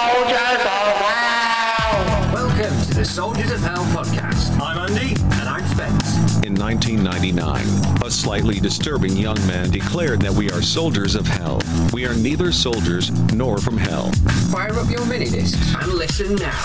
soldiers of hell. Welcome to the Soldiers of Hell podcast. I'm Andy. And I'm Spence. In 1999, a slightly disturbing young man declared that we are soldiers of hell. We are neither soldiers nor from hell. Fire up your mini discs and listen now.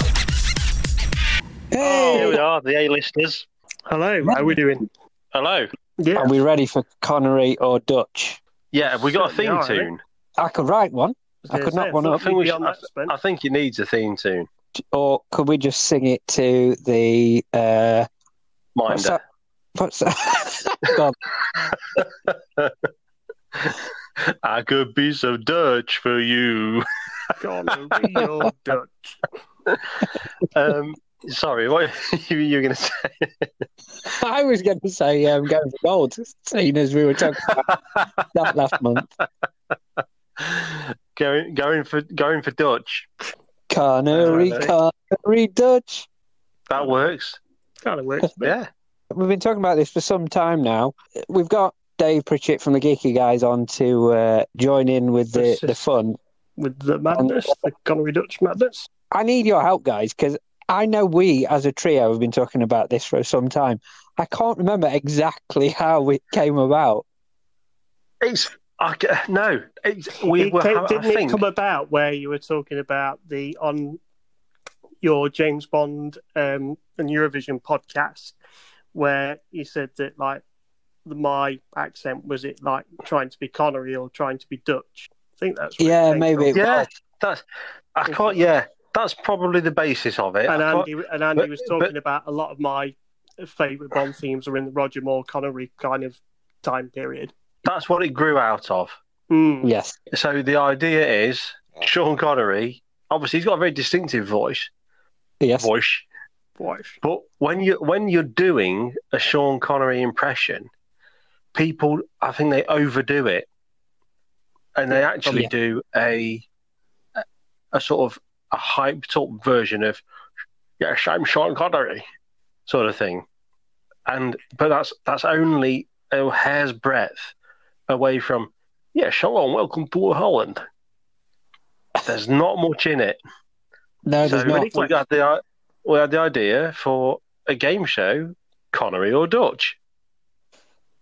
Here we Hey, are, the A-listers. hello. How are we doing? Hello. Yeah, Are we ready for Connery or Dutch? Yeah, have we got a Certainly theme are, I think. tune? I could write one, I could knock one I up. think, we should, beyond I, that, Spence. I think it needs a theme tune. or could we just sing it to the uh, what's Minder. that? What's that? God, I could be so Dutch for you. Gonorrhea Dutch. Um, sorry, what you, you were going to say? I was going to say um, going for gold, seeing as we were talking about that last month. Going, going for going for Dutch. Connery, Connery, Dutch. That works. Kind of works. But Yeah. We've been talking about this for some time now. We've got Dave Pritchett from the Geeky Guys on to uh, join in with the, the fun. With the madness, the Gonorrhea Dutch madness. I need your help, guys, because I know we as a trio have been talking about this for some time. I can't remember exactly how it came about. It's I, ca- no. It's, we It were. came- I didn't think- it come about where you were talking about the on your James Bond um, and Eurovision podcast, where you said that like my accent was it like trying to be Connery or trying to be Dutch? I think that's where it Yeah, came maybe. from. yeah, that's. I can't. Yeah, that's probably the basis of it. and I can't- Andy and Andy but- was talking about a lot of my favorite Bond themes are in the Roger Moore Connery kind of time period. that's what it grew out of. Mm. Yes. So the idea is Sean Connery. Obviously, he's got a very distinctive voice. Yes. Voice, Boy. but when you when you're doing a Sean Connery impression, people, I think they overdo it, and they actually yeah. do a a sort of a hyped up version of "Yes, I'm Sean Connery" sort of thing, and but that's that's only a hair's breadth away from "Yeah, shalom, welcome to Holland." There's not much in it No, there's so not. we had the we had the idea for a game show, Connery or Dutch.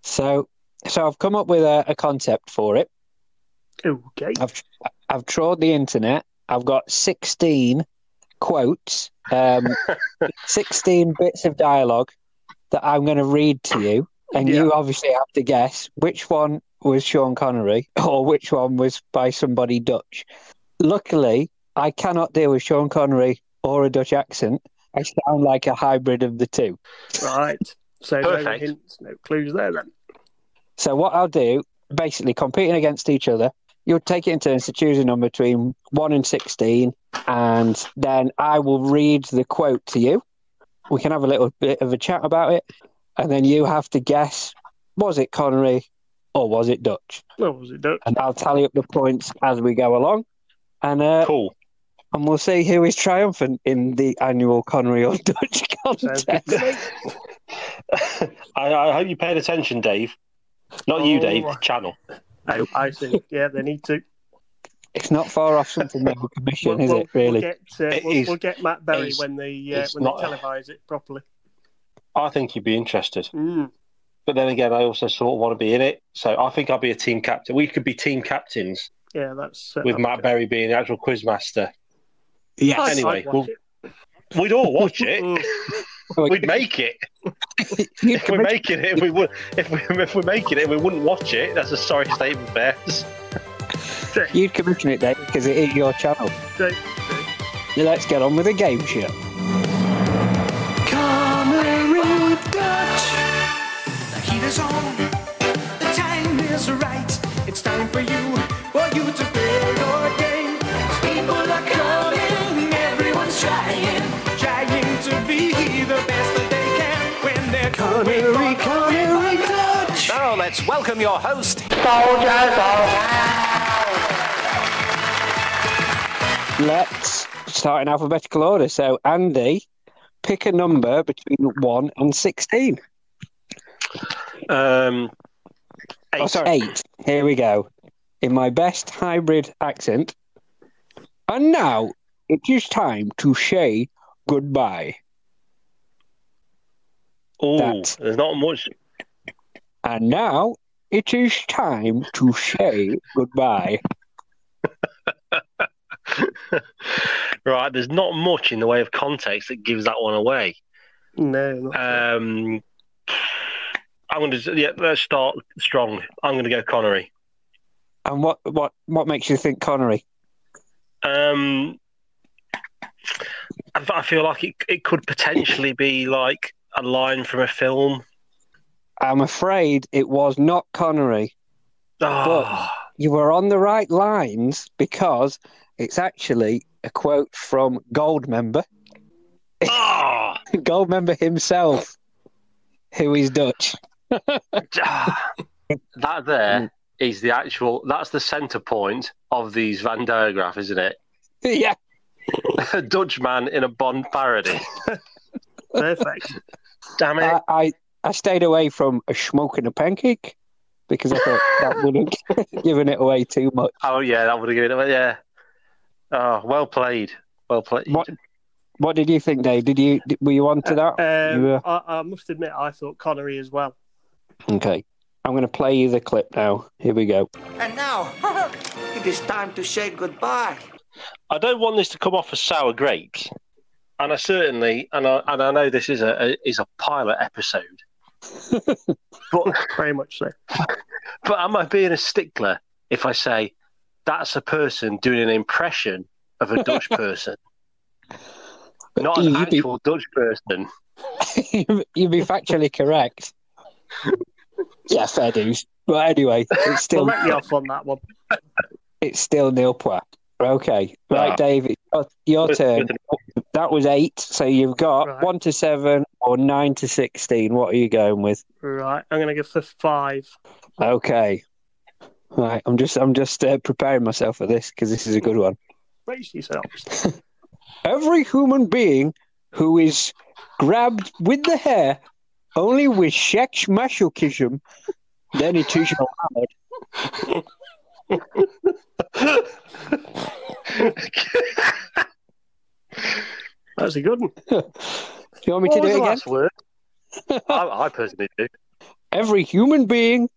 So, so I've come up with a, a concept for it. Okay. I've I've trawled the internet. I've got sixteen quotes, um, sixteen bits of dialogue that I'm going to read to you, and Yeah. you obviously have to guess which one was Sean Connery or which one was by somebody Dutch. Luckily, I cannot deal with Sean Connery or a Dutch accent. I sound like a hybrid of the two. Right. So no Perfect. hints, no clues there then. So what I'll do, basically competing against each other, you'll take it in turns to choose a number between one and sixteen, and then I will read the quote to you. We can have a little bit of a chat about it, and then you have to guess: was it Connery or was it Dutch? Well was it Dutch? And I'll tally up the points as we go along, and uh, Cool. and we'll see who is triumphant in the annual Connery or Dutch Sounds good contest. to me. I, I hope you paid attention, Dave. Not Oh. you, Dave. The channel. No, Oh, I see. Yeah, they need to. It's not far off something that we We'll, commission, is we'll- it? Really? we'll get, uh, It we'll, is- we'll get Matt Berry it's- when they uh, it's when not- they televise it properly. I think you'd be interested, Mm. but then again, I also sort of want to be in it. So I think I'll be a team captain. We could be team captains Yeah, that's uh, with Matt Berry being the actual quiz master. I'd- I'd Anyway, watch we'll- it. We'd all watch it. Mm. We'd make it You if we're making it. If we would, if we if we're making it, we wouldn't watch it. That's a sorry state of affairs. You'd commission it then because it is your channel. Don't- Now Let's get on with the game show. Connery Dutch. The heat is on. The time is right. It's time for you, for you to play your game. 'Cause people are coming, everyone's trying, trying to be the best that they can. When they're Connery, Connery Dutch. Now let's welcome your host, Soldiers of Let's start in alphabetical order. So, Andy, pick a number between 1 and 16. Um, Oh, sorry. 8. Here we go. In my best hybrid accent. And now it is time to say goodbye. Oh, That- there's not much. And now it is time to say goodbye. Right, there's not much in the way of context that gives that one away. No, not Um, I'm going to yeah, let's start strong. I'm going to go Connery. And what, what, what makes you think Connery? Um, I, I feel like it it could potentially be like a line from a film. I'm afraid it was not Connery. Oh, you were on the right lines because it's actually a quote from Goldmember, oh, Goldmember himself, who is Dutch. Ah. that there is the actual. That's the centre point of these Van Diagraph, isn't it? yeah, a Dutch man in a Bond parody. Uh, perfect. Damn it! I, I, I stayed away from a smoke and a pancake because I thought that would have given it away too much. oh yeah, that would have given it. away, Yeah. Oh, well played. Well played. What What did you think, Dave? Did you did- were you on Uh, to that? Um, Yeah. I, I must admit, I thought Connery as well. Okay, I'm going to play you the clip now. Here we go. And now, it is time to say goodbye. I don't want this to come off as sour grapes, and I certainly and I and I know this is a, a is a pilot episode, but Very much so. but am I being a stickler if I say that's a person doing an impression of a Dutch person, not an you'd, actual Dutch person? be, you'd be factually correct. yeah, fair dues. But anyway, it's Well, still let me off on that one. It's still Neil Pwa. Okay. Right, Ah. Dave, it's your, your With- turn. with an- That was eight. So you've got Right. one to seven or nine to 16. What are you going with? Right, I'm going to go for five. Okay. Right. I'm just I'm just uh, preparing myself for this because this is a good one. Brace yourselves. Every human being who is grabbed with the hair only with sex masochism, then it is allowed. That's a good one. Do you want me What was to do the it again? last word? I, I personally do. every human being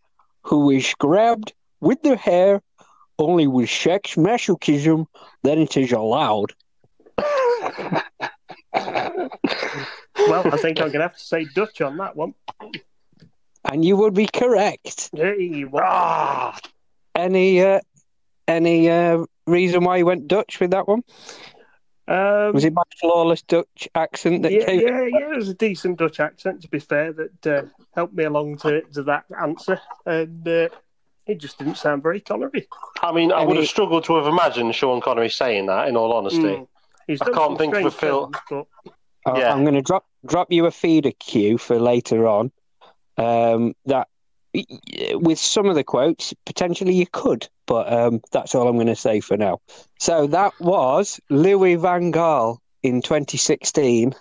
who is grabbed with their hair only with sex masochism, then it is allowed. Well, I think I'm going to have to say Dutch on that one. And you would be correct. Hey, what? Ah, Any uh, any uh, reason why you went Dutch with that one? Um, Was it my flawless Dutch accent that yeah, gave it? yeah, yeah, it was a decent Dutch accent, to be fair, that uh, helped me along to, to that answer. And uh, it just didn't sound very Connery. I mean, I Any- would have struggled to have imagined Sean Connery saying that. In all honesty, Mm. He's I done can't some think of a strange Phil- films, but I- yeah. Uh, I'm going to drop drop you a feeder cue for later on. Um, that with some of the quotes, potentially you could, but um, that's all I'm going to say for now. So that was Louis Van Gaal in 2016.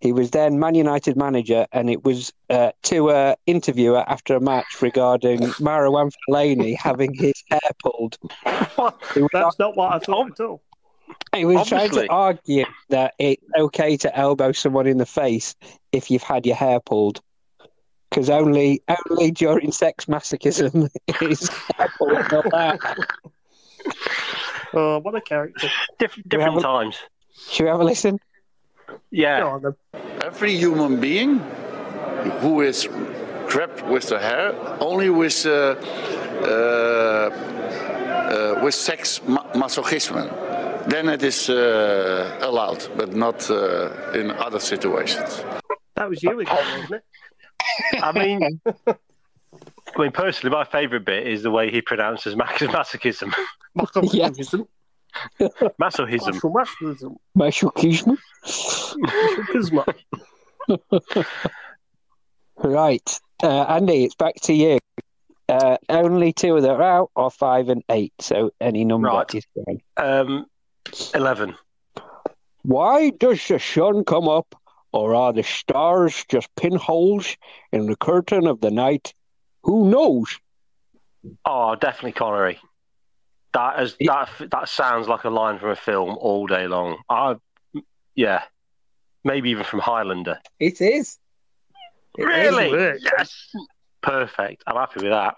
He was then Man United manager, and it was uh, to a interviewer after a match regarding Marouane Fellaini having his hair pulled. He was that's not what I thought at all. he was trying Obviously. to argue that it's okay to elbow someone in the face if you've had your hair pulled, because only only during sex masochism is hair pulled not that. Oh, what a character. Diff- different have a- times. Should we have a listen? Yeah. Go on then. Every human being who is grabbed with the hair only with uh, uh, uh, with sex ma- masochism, then it is uh, allowed, but not uh, in other situations. That was you again, wasn't it? I mean, I mean, personally, my favourite bit is the way he pronounces mac- masochism. Yeah. Masochism. Masochism. Masochism. Masochism. Masochism. Right, uh, Andy, it's back to you. Uh, only two of them are out, or five and eight. So any number Right. is fine. Um, Eleven. Why does the sun come up, or are the stars just pinholes in the curtain of the night? Who knows? Oh, definitely Connery. That is that. That sounds like a line from a film all day long. I, yeah, maybe even from Highlander. It is. It is. Really? work. Yes. Perfect. I'm happy with that.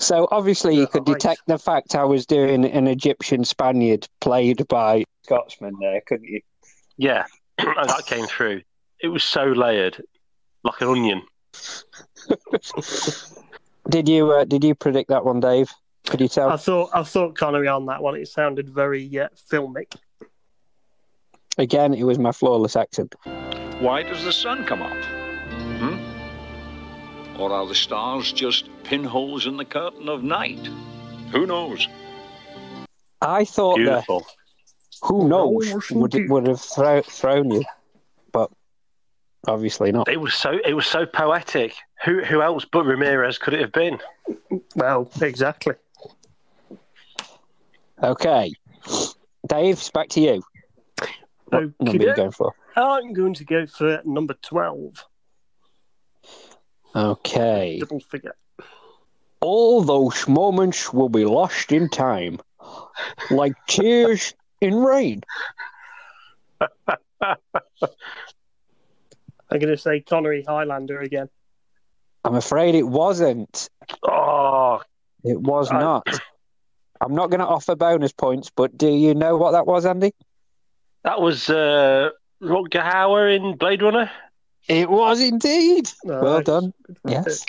So obviously you could Right. detect the fact I was doing an Egyptian Spaniard played by Scotsman there, couldn't you? Yeah, and that came through. It was so layered, like an onion. Did you uh, did you predict that one, Dave? Could you tell? I thought I thought Connery on that one. It sounded very uh, filmic. Again, it was my flawless accent. Why does the sun come up? Hmm? Or are the stars just pinholes in the curtain of night? Who knows? I thought that Beautiful. who knows would would have thro- thrown you, but obviously not. It was so. It was so poetic. Who who else but Ramirez could it have been? Well, exactly. Okay, Dave, it's back to you. What number are you Okey-doke. going for? I'm going to go for number twelve. Okay. Double figure. All those moments will be lost in time, like tears in rain. I'm going to say Connery Highlander again. I'm afraid it wasn't. Oh, It was I- not. I'm not going to offer bonus points, but do you know what that was, Andy? that was uh, Rutger Hauer in Blade Runner. It was indeed. Well Nice. done. Yes.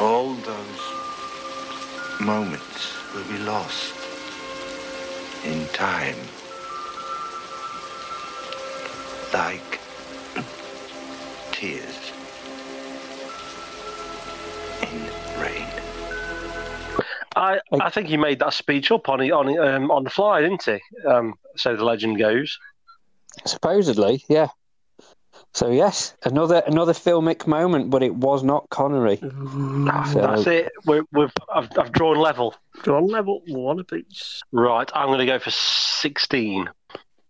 All those moments will be lost in time. Like tears in rain. I, I think he made that speech up on on um, on the fly, didn't he? Um, so the legend goes. Supposedly, yeah. So yes, another another filmic moment, but it was not Connery. So- That's it. We're, we've I've, I've drawn level. Go on level one apiece. Right, I'm going to go for sixteen.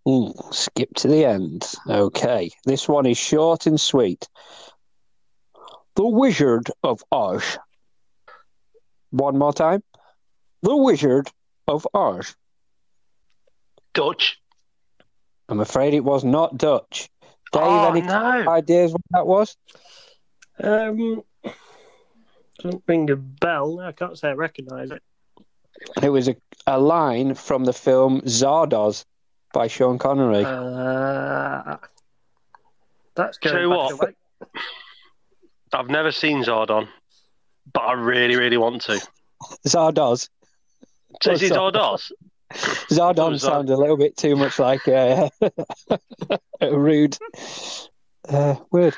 Mm, skip to the end. Okay, this one is short and sweet. The Wizard of Oz. One more time. The Wizard of Oz. Dutch. I'm afraid it was not Dutch. Dave, oh any no! ideas what that was? Um, doesn't ring a bell. I can't say I recognise it. It was a, a line from the film Zardoz by Sean Connery. Uh, that's going Tell you back what. away. I've never seen Zardon, but I really, really want to. Zardoz. So is it Zardon? Zardos? Zardon Zard- sounds a little bit too much like uh, a rude uh, word.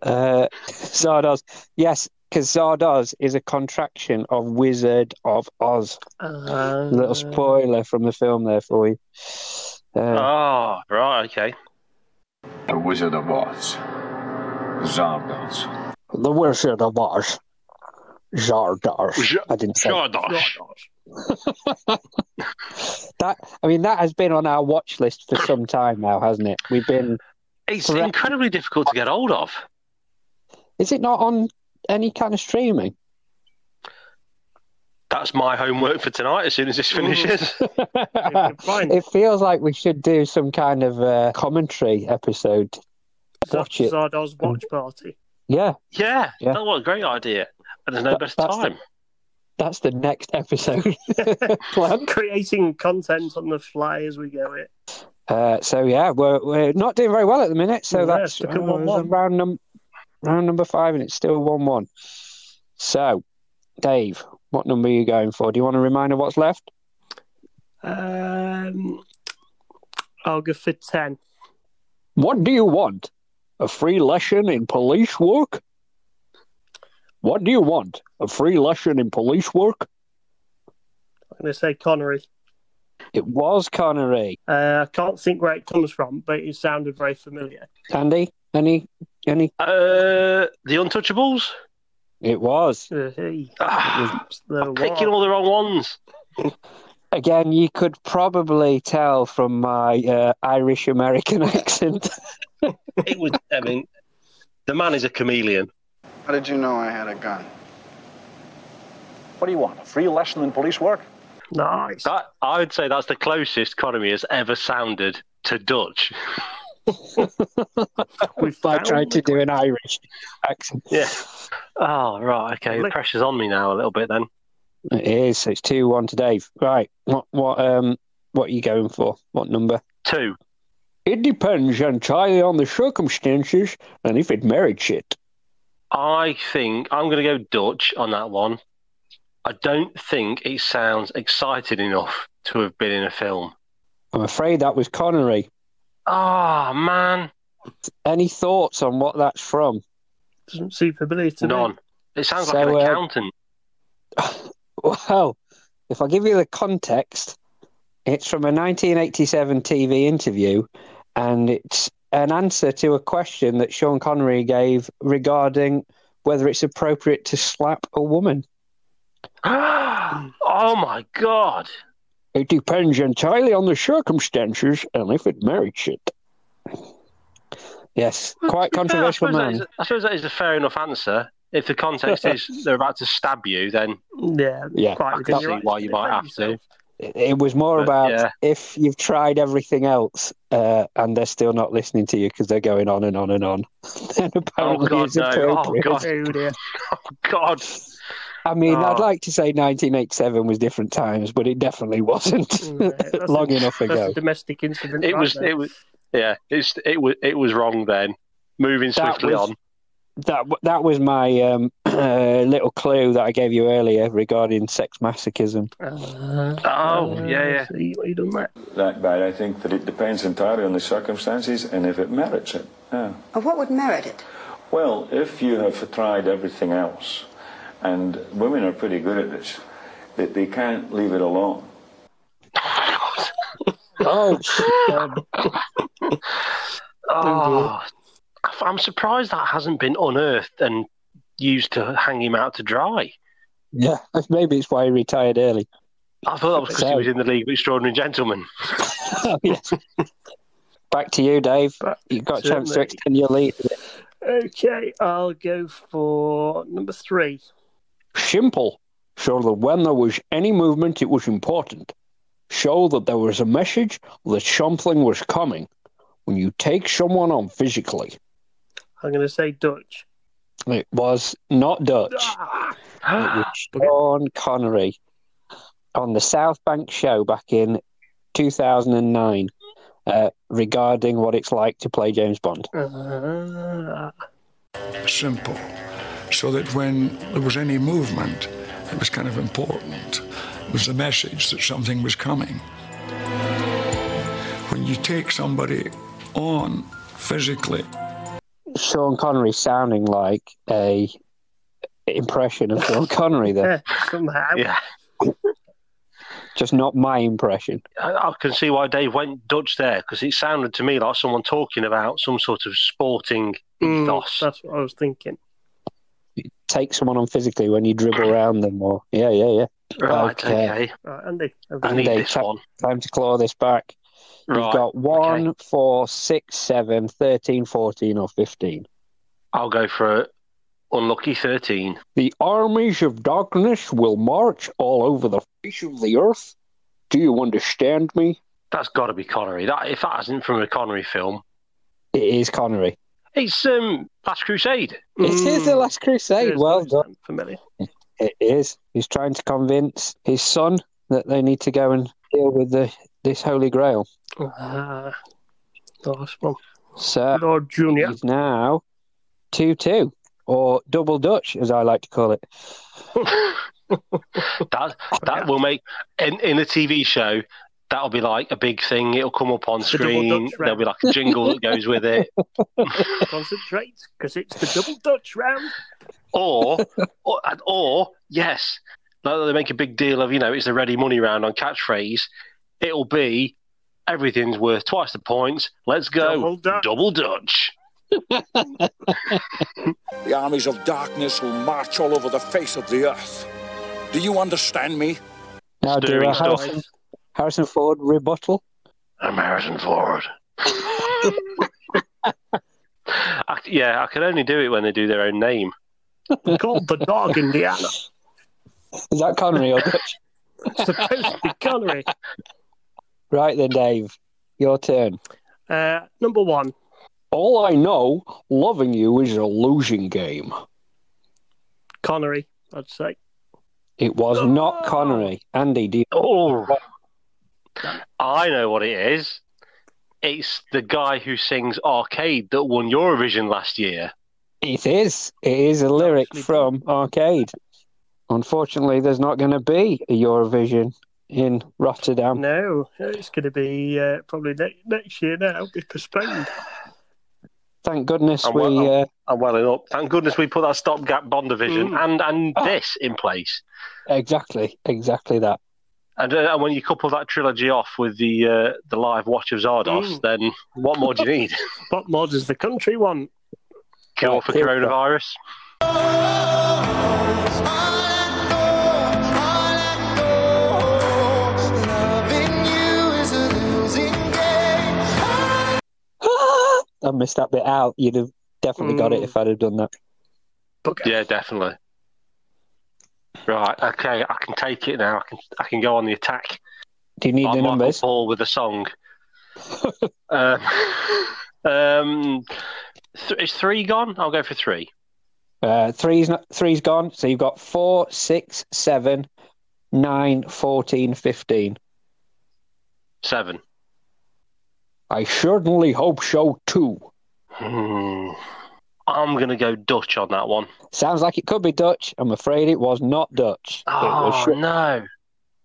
Uh, Zardoz. Yes, because Zardoz is a contraction of Wizard of Oz. Uh, little spoiler from the film there for you. Uh, Oh, right, okay. The Wizard of Oz. Zardoz. the Wizard of Oz. Zardoz. Z- I didn't say Zardos. that. I mean, that has been on our watch list for some time now, hasn't it? We've been. It's Correct. incredibly difficult to get hold of. Is it not on any kind of streaming? That's my homework for tonight. As soon as this finishes, can find it feels like we should do some kind of uh, commentary episode. Watch it. Mm. Zardoz watch party. Yeah, yeah, Yeah. that was Oh, a great idea. And there's no That- best that's the- time. that's the next episode plan. Creating content on the fly as we go. It. Uh, so yeah, we're we're not doing very well at the minute. So Yeah, that's stick at uh, one-one. round num- round number five, and it's still one one. So, Dave, what number are you going for? Do you want a reminder what's left? Um, I'll go for ten. What do you want? A free lesson in police work? What do you want? A free lesson in police work? I'm going to say Connery. It was Connery. Uh, I can't think where it comes from, but it sounded very familiar. Andy, any, any? Uh, the Untouchables. It was. Uh, hey, Ah, it's the I'm picking one. all the wrong ones. Again, you could probably tell from my uh, Irish American accent. It was. I mean, the man is a chameleon. How did you know I had a gun? What do you want? A free lesson in police work? Nice. That I would say that's the closest Connery has ever sounded to Dutch. We've By found trying to the do an Irish accent. Yeah. Ah, Oh right, okay. The Look- pressure's on me now a little bit then. It is. So it's two one to Dave. Right. What what um what are you going for? What number? Two. It depends entirely on the circumstances and if it merits it. I think I'm going to go Dutch on that one. I don't think it sounds excited enough to have been in a film. I'm afraid that was Connery. Ah man, Any thoughts on what that's from? Doesn't seem familiar to me. none. It sounds like an So, uh, accountant. Well, if I give you the context, it's from a 1987 TV interview, and it's an answer to a question that Sean Connery gave regarding whether it's appropriate to slap a woman. oh my god. It depends entirely on the circumstances and if it merits it. Yes, quite To be fair, I controversial suppose that man. is- I suppose that is a fair enough answer. If the context is they're about to stab you, then Yeah, Yeah, quite I within can your see rights why you might have defend to. yourself. It it was more But, about yeah. if you've tried everything else uh, and they're still not listening to you because they're going on and on and on. then apparently God, it's no. Oh, appropriate. God. Oh dear. God, I mean, I'd Oh. like to say 1987 was different times, but it definitely wasn't Mm, yeah, that's long a- enough That's ago. a domestic incident. it right was there. it was yeah, it's it was it was wrong then. Moving That swiftly was- on. That w- that was my um, uh, little clue that I gave you earlier regarding sex masochism. Uh, Oh, uh, yeah, yeah. See what you done there. that bad. I think that it depends entirely on the circumstances and if it merits it. Yeah. What would merit it? Well, if you have tried everything else, and women are pretty good at this, that they can't leave it alone. Oh, sh- um, Oh, I'm surprised that hasn't been unearthed and used to hang him out to dry. yeah, maybe it's why he retired early. I thought that was because he So- was in the League of Extraordinary Gentlemen. Oh, yes. Back to you, Dave. Back You got a to chance to me. extend your lead. Okay, I'll go for number three. Simple. Show that when there was any movement, it was important. Show that there was a message that something was coming. When you take someone on physically, I'm going to say Dutch. it was not Dutch. Ah, It was Sean Connery on the South Bank show back in 2009 uh, regarding what it's like to play James Bond. ah. Simple. So that when there was any movement, it was kind of important. It was the message that something was coming. When you take somebody on physically, Sean Connery sounding like a impression of Sean Connery there, Yeah, somehow. Yeah, just not my impression. I, I can see why Dave went Dutch there because it sounded to me like someone talking about some sort of sporting Mm, ethos. that's what I was thinking. Take someone on physically when you dribble around them, or yeah, yeah, yeah. right, okay. okay. Right, Andy. over I to need Andy, this tap- one. Time to claw this back. Right, You've got one, four, six, seven, 13, 14, or 15. I'll go for a unlucky thirteen. The armies of darkness will march all over the face of the earth. Do you understand me? That's got to be Connery. That if that isn't from a Connery film, It is Connery. it's um Last Crusade. you. It is The Mm, Last Crusade. yes, well those done. sound Familiar. It is. He's trying to convince his son that they need to go and deal with the, this Holy Grail. Ah, nice one. So Lord Junior. he's now 2 2, or double Dutch, as I like to call it. That that will make in in a TV show. That'll be like a big thing. It'll come up on The double screen. Dutch There'll be like a jingle that goes with it, Concentrate, because it's the double Dutch round. or or, and- or yes, now that they make a big deal of you know it's the ready money round on catchphrase. It'll be everything's worth twice the points. Let's go Double Dutch. double Dutch. the armies of darkness will march all over the face of the earth. Do you understand me? Now, do Stirring a stuff. Harrison, Harrison Ford rebuttal. I'm Harrison Ford. I, yeah, I can only do it when they do their own name. We called the dog Indiana. Is that Connery or Dutch? Supposed to be Connery. Right then, Dave, your turn. Uh, number one. All I know, loving you is an illusion game. Connery, I'd say. It was not Connery. Andy, do you? Oh, I know what it is. It's the guy who sings Arcade that won Eurovision last year. It is. It is a lyric from Arcade. Unfortunately, there's not going to be a Eurovision in Rotterdam. No, it's going to be uh, probably ne- next year now. It's postponed. Thank goodness Oh, we. well, uh, I'm welling up. Thank goodness we put that stopgap Bond division Mm. and, and Oh. this in place. exactly, exactly that. And, uh, and when you couple that trilogy off with the uh, the live Watch of Zardos, Mm. then what more do you need? What more does the country want? Cure for Cure for- coronavirus. I missed that bit out. You'd have definitely got it Mm. if I'd have done that. Yeah, definitely. Right. Okay. I can take it now. I can I can go on the attack. Do you need I'm the Michael numbers? Paul with a song. um, um, th- is three gone? I'll go for three. Uh, three's not, three's gone. So you've got four, six, seven, nine, fourteen, fifteen. Seven. I certainly hope so too. Hmm. I'm gonna go Dutch on that one. Sounds like it could be Dutch. I'm afraid it was not Dutch. it was Oh Sha- no!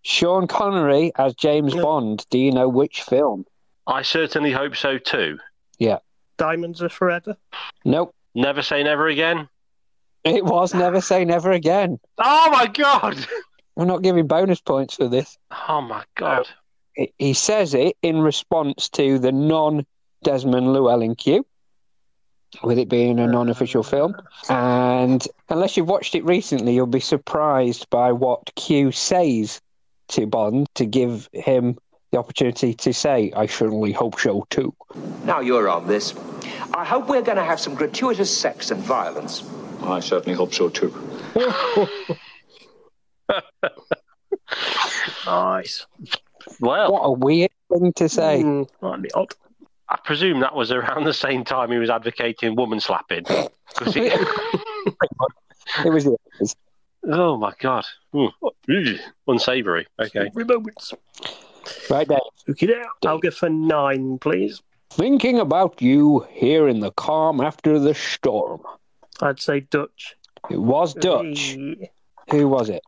Sean Connery as James Bond. Do you know which film? I certainly hope so too. Diamonds are forever. Nope. Never say never again. It was Never Say Never Again. Oh my god! We're not giving bonus points for this. Oh my god! He- He says it in response to the non Desmond Llewellyn cue, with it being a non official film. And unless you've watched it recently, you'll be surprised by what Q says to Bond to give him the opportunity to say, I certainly hope so too. Now you're on this. I hope we're going to have some gratuitous sex and violence. I certainly hope so too. Nice. Well, What a weird thing to say. Mm, might be odd. I presume that was around the same time he was advocating woman slapping. Oh, 'Cause he- It was oh my god! Hmm. Ugh. Unsavory. Okay. Every moment. right there. Look it out. I'll go for nine, please. Thinking about you here in the calm after the storm. I'd say Dutch. It was Dutch. Eh, Who was it?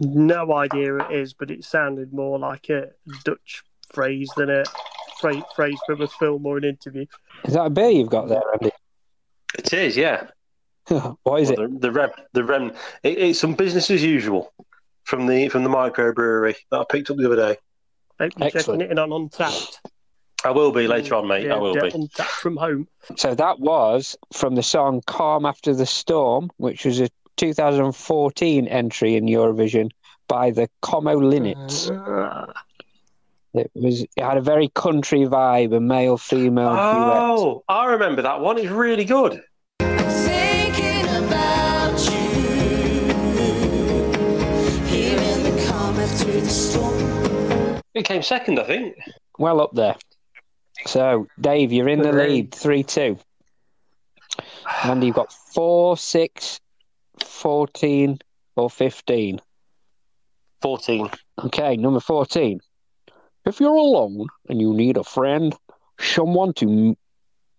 No idea who it is, but it sounded more like a Dutch phrase than a phrase, phrase from a film or an interview. Is that a beer you've got there, It is. Yeah. Andy? what is it? Well, The, the rem, the rem. It, it's some business as usual from the from the microbrewery that I picked up the other day. Hope you're Excellent. checking it in on Untapped. I will be later on, mate. I will yeah, be. Untapped from home. So that was from the song Calm After the Storm, which was a 2014 entry in Eurovision by the Como Linnets. Ah, It was it had a very country vibe, a male female duet. Oh, I remember that one. It's really good. Thinking about you here in the calm after the storm. It came second, I think. Well up there. So Dave, you're in the lead, three two. And you've got four, six, 14, or fifteen. Fourteen. Okay, number 14. If you're alone and you need a friend, someone to m-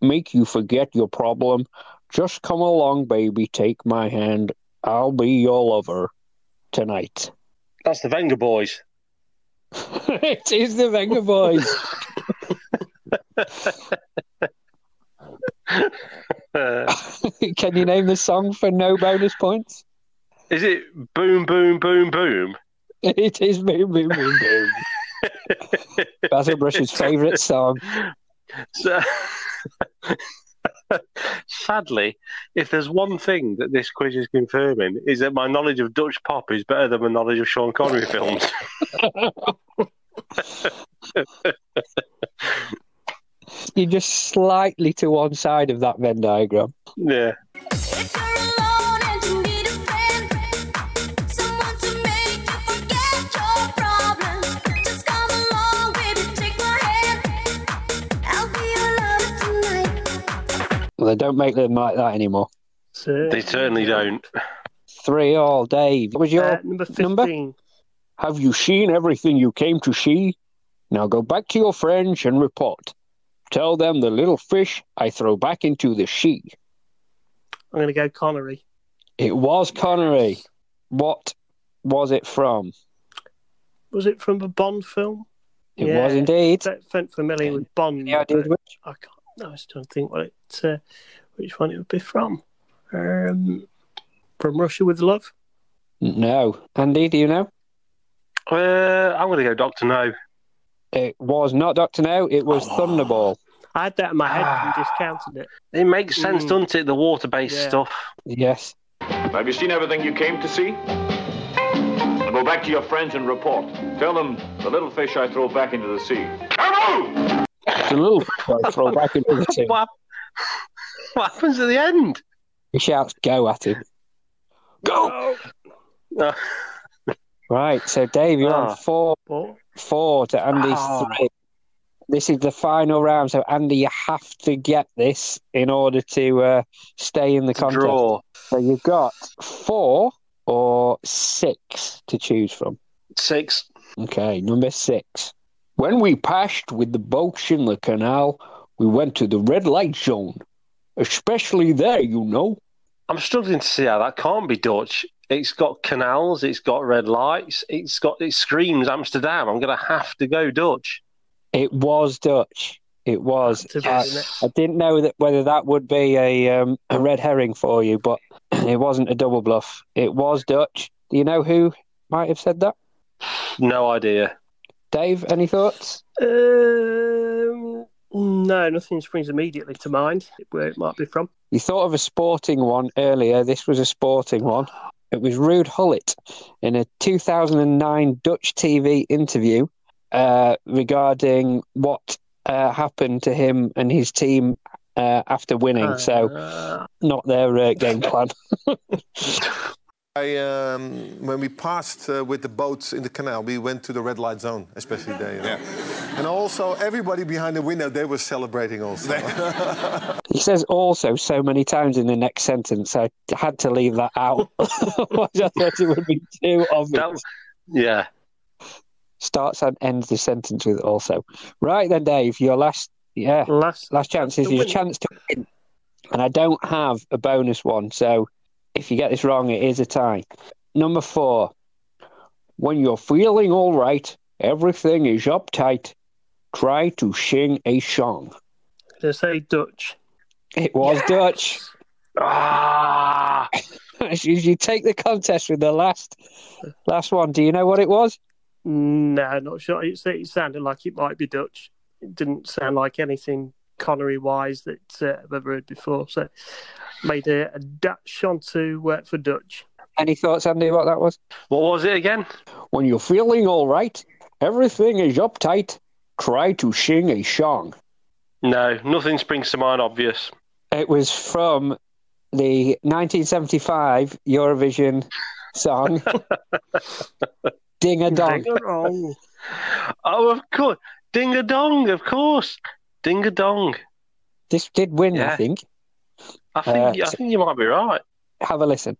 make you forget your problem, just come along, baby. Take my hand. I'll be your lover tonight. That's the Venga Boys. it is the Venga Boys. Uh, Can you name the song for no bonus points? is it Boom Boom Boom Boom? It is Boom Boom Boom Boom. Basil Brush's favourite song. So, sadly, if there's one thing that this quiz is confirming, is that my knowledge of Dutch pop is better than my knowledge of Sean Connery films. You're just slightly to one side of that Venn diagram. yeah. If you're alone and you need a friend, someone Well, they don't make them like that anymore. So, They certainly don't. Three all, Dave. What was your uh, number 15. number? Have you seen everything you came to see? Now go back to your friends and report. Tell them the little fish I throw back into the sea. I'm going to go Connery. It was Connery. What was it from? Was it from a Bond film? It Yeah. was indeed. That felt familiar with Bond. Yeah, I did but which? I can't. I was trying to think what it, uh, which one it would be from. Um, from Russia with Love. No. Andy, do you know? Uh, I'm going to go Doctor No. It was not Doctor No. It was Oh. Thunderball. I had that in my head and Ah. discounted it. It makes sense, Mm. doesn't it? The water-based Yeah. stuff. Yes. Have you seen everything you came to see? Go back to your friends and report. Tell them the little fish I throw back into the sea. It's a little I throw back into the sea. What, hap- what happens at the end? He shouts, "Go at him!" Go. No. Right. So, Dave, you're Ah. on four, But four to Andy's Ah. three. This is the final round, so Andy, you have to get this in order to uh, stay in the contest. Draw So you've got four or six to choose from. six. Okay, number six. When we passed with the boats in the canal, we went to the red light zone. Especially there, you know. I'm struggling to see how that can't be Dutch. It's got canals, it's got red lights, it's got it screams Amsterdam. I'm going to have to go Dutch. It was Dutch. It was. to be, I, isn't it? I didn't know that whether that would be a um, a red herring for you, but it wasn't a double bluff. It was Dutch. Do you know who might have said that? No idea. Dave, any thoughts? Um, no, nothing springs immediately to mind where it might be from. You thought of a sporting one earlier. This was a sporting one. It was Rude Hullet in a 2009 Dutch TV interview uh, regarding what uh, happened to him and his team uh, after winning. so, Uh, not their uh, game plan. I, um, when we passed uh, with the boats in the canal, we went to the red light zone, especially there. you know. And also, everybody behind the window, they were celebrating also. He says also so many times in the next sentence, I had to leave that out. Otherwise, I thought it would be too obvious. That, yeah. Starts and ends the sentence with also. Right then, Dave, your last. Yeah. last last chance is to your win. chance to win. And I don't have a bonus one, so if you get this wrong, it is a tie. Number four. When you're feeling all right, everything is uptight. Try to sing a song. to say Dutch. It was Dutch. Ah, you, you take the contest with the last last one. Do you know what it was? No, not sure. It, it sounded like it might be Dutch. It didn't sound like anything Connery wise that uh, I've ever heard before. So made a, a dash onto uh, for Dutch. Any thoughts, Andy, what that was? what was it again? When you're feeling all right, everything is uptight. Try to sing a song. No, nothing springs to mind. Obvious. It was from the 1975 Eurovision song Ding a Dong. Ding dong. Oh, of course, ding a dong. Of course, ding a dong. This did win, I Yeah. think. I think Uh, I think you might be right. Have a listen.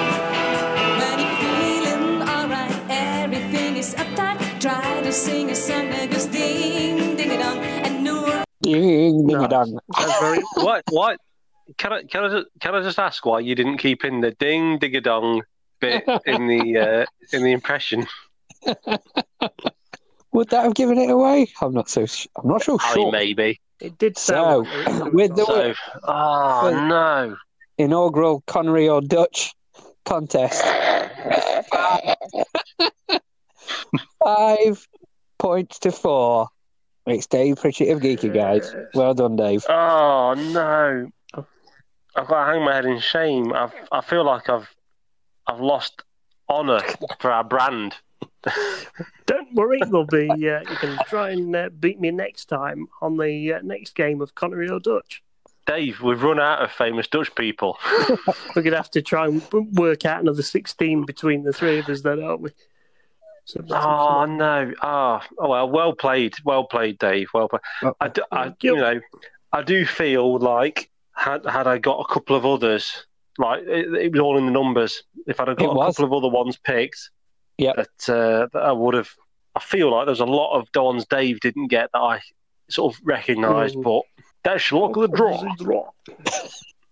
But if you're feeling alright, everything is uptight. Try to sing a song that goes ding, ding a dong, and no one Ding, ding a Nice. dong. That's very what what. Can I can I just, can I just ask why you didn't keep in the ding dig a dong bit in the uh, in the impression? Would that have given it away? I'm not so. Sh- I'm not so Probably sure. maybe. It did So, sound. like it was with the on. So, oh no. Inaugural Connery or Dutch contest. Five points to four. It's Dave Pritchett of Geeky Guys. Well done, Dave. Oh no! I've got to hang my head in shame. I've, I feel like I've I've lost honour for our brand. Don't worry, there'll be. Uh, you can try and uh, beat me next time on the uh, next game of Connery or Dutch. Dave, we've run out of famous Dutch people. We're gonna have to try and work out another sixteen between the three of us, then, aren't we? So, Oh no! Ah, oh, well, well played, well played, Dave. Well played. I, do, I- you know, I do feel like had had I got a couple of others, like it, it was all in the numbers. If I'd have It got a was. couple of other ones picked, yeah, that, uh, that I would have. I feel like there's a lot of Don's Dave didn't get that I sort of recognised, Mm. but that's luck of the draw.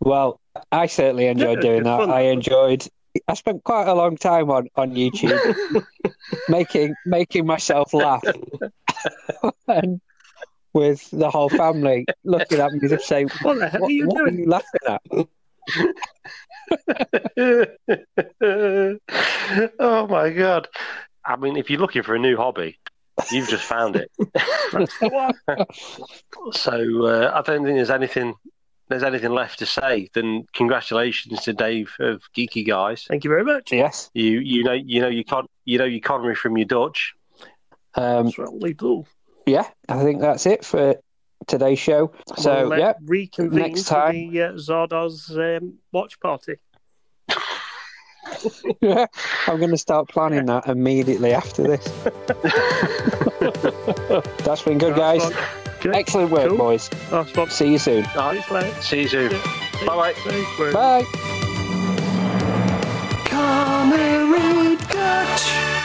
Well, I certainly enjoyed Yeah, doing it's that. fun. I enjoyed. I spent quite a long time on, on YouTube making making myself laugh and with the whole family looking at me as if saying, "What the hell are you doing? oh my god! I mean, if you're looking for a new hobby, you've just found it. so uh, I don't think there's anything there's anything left to say. Then congratulations to Dave of Geeky Guys. Thank you very much. Yes, you you know you know you can't you know you can't me from your Dutch. Um, That's what we do. Yeah, I think that's it for today's show. So, We'll, uh, yeah, reconvene next for time. the uh, Zardoz um, watch party. yeah, I'm going to start planning that immediately after this. That's been good, guys. Excellent work, boys. See you soon. See you soon. Bye bye. Bye.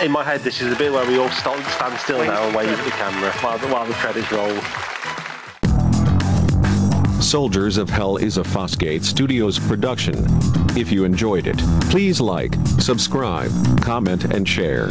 In my head, this is the bit where we all stop, stand still now and wave at the camera while the, while the credits roll. Soldiers of Hell is a Fosgate Studios production. If you enjoyed it, please like, subscribe, comment, and share.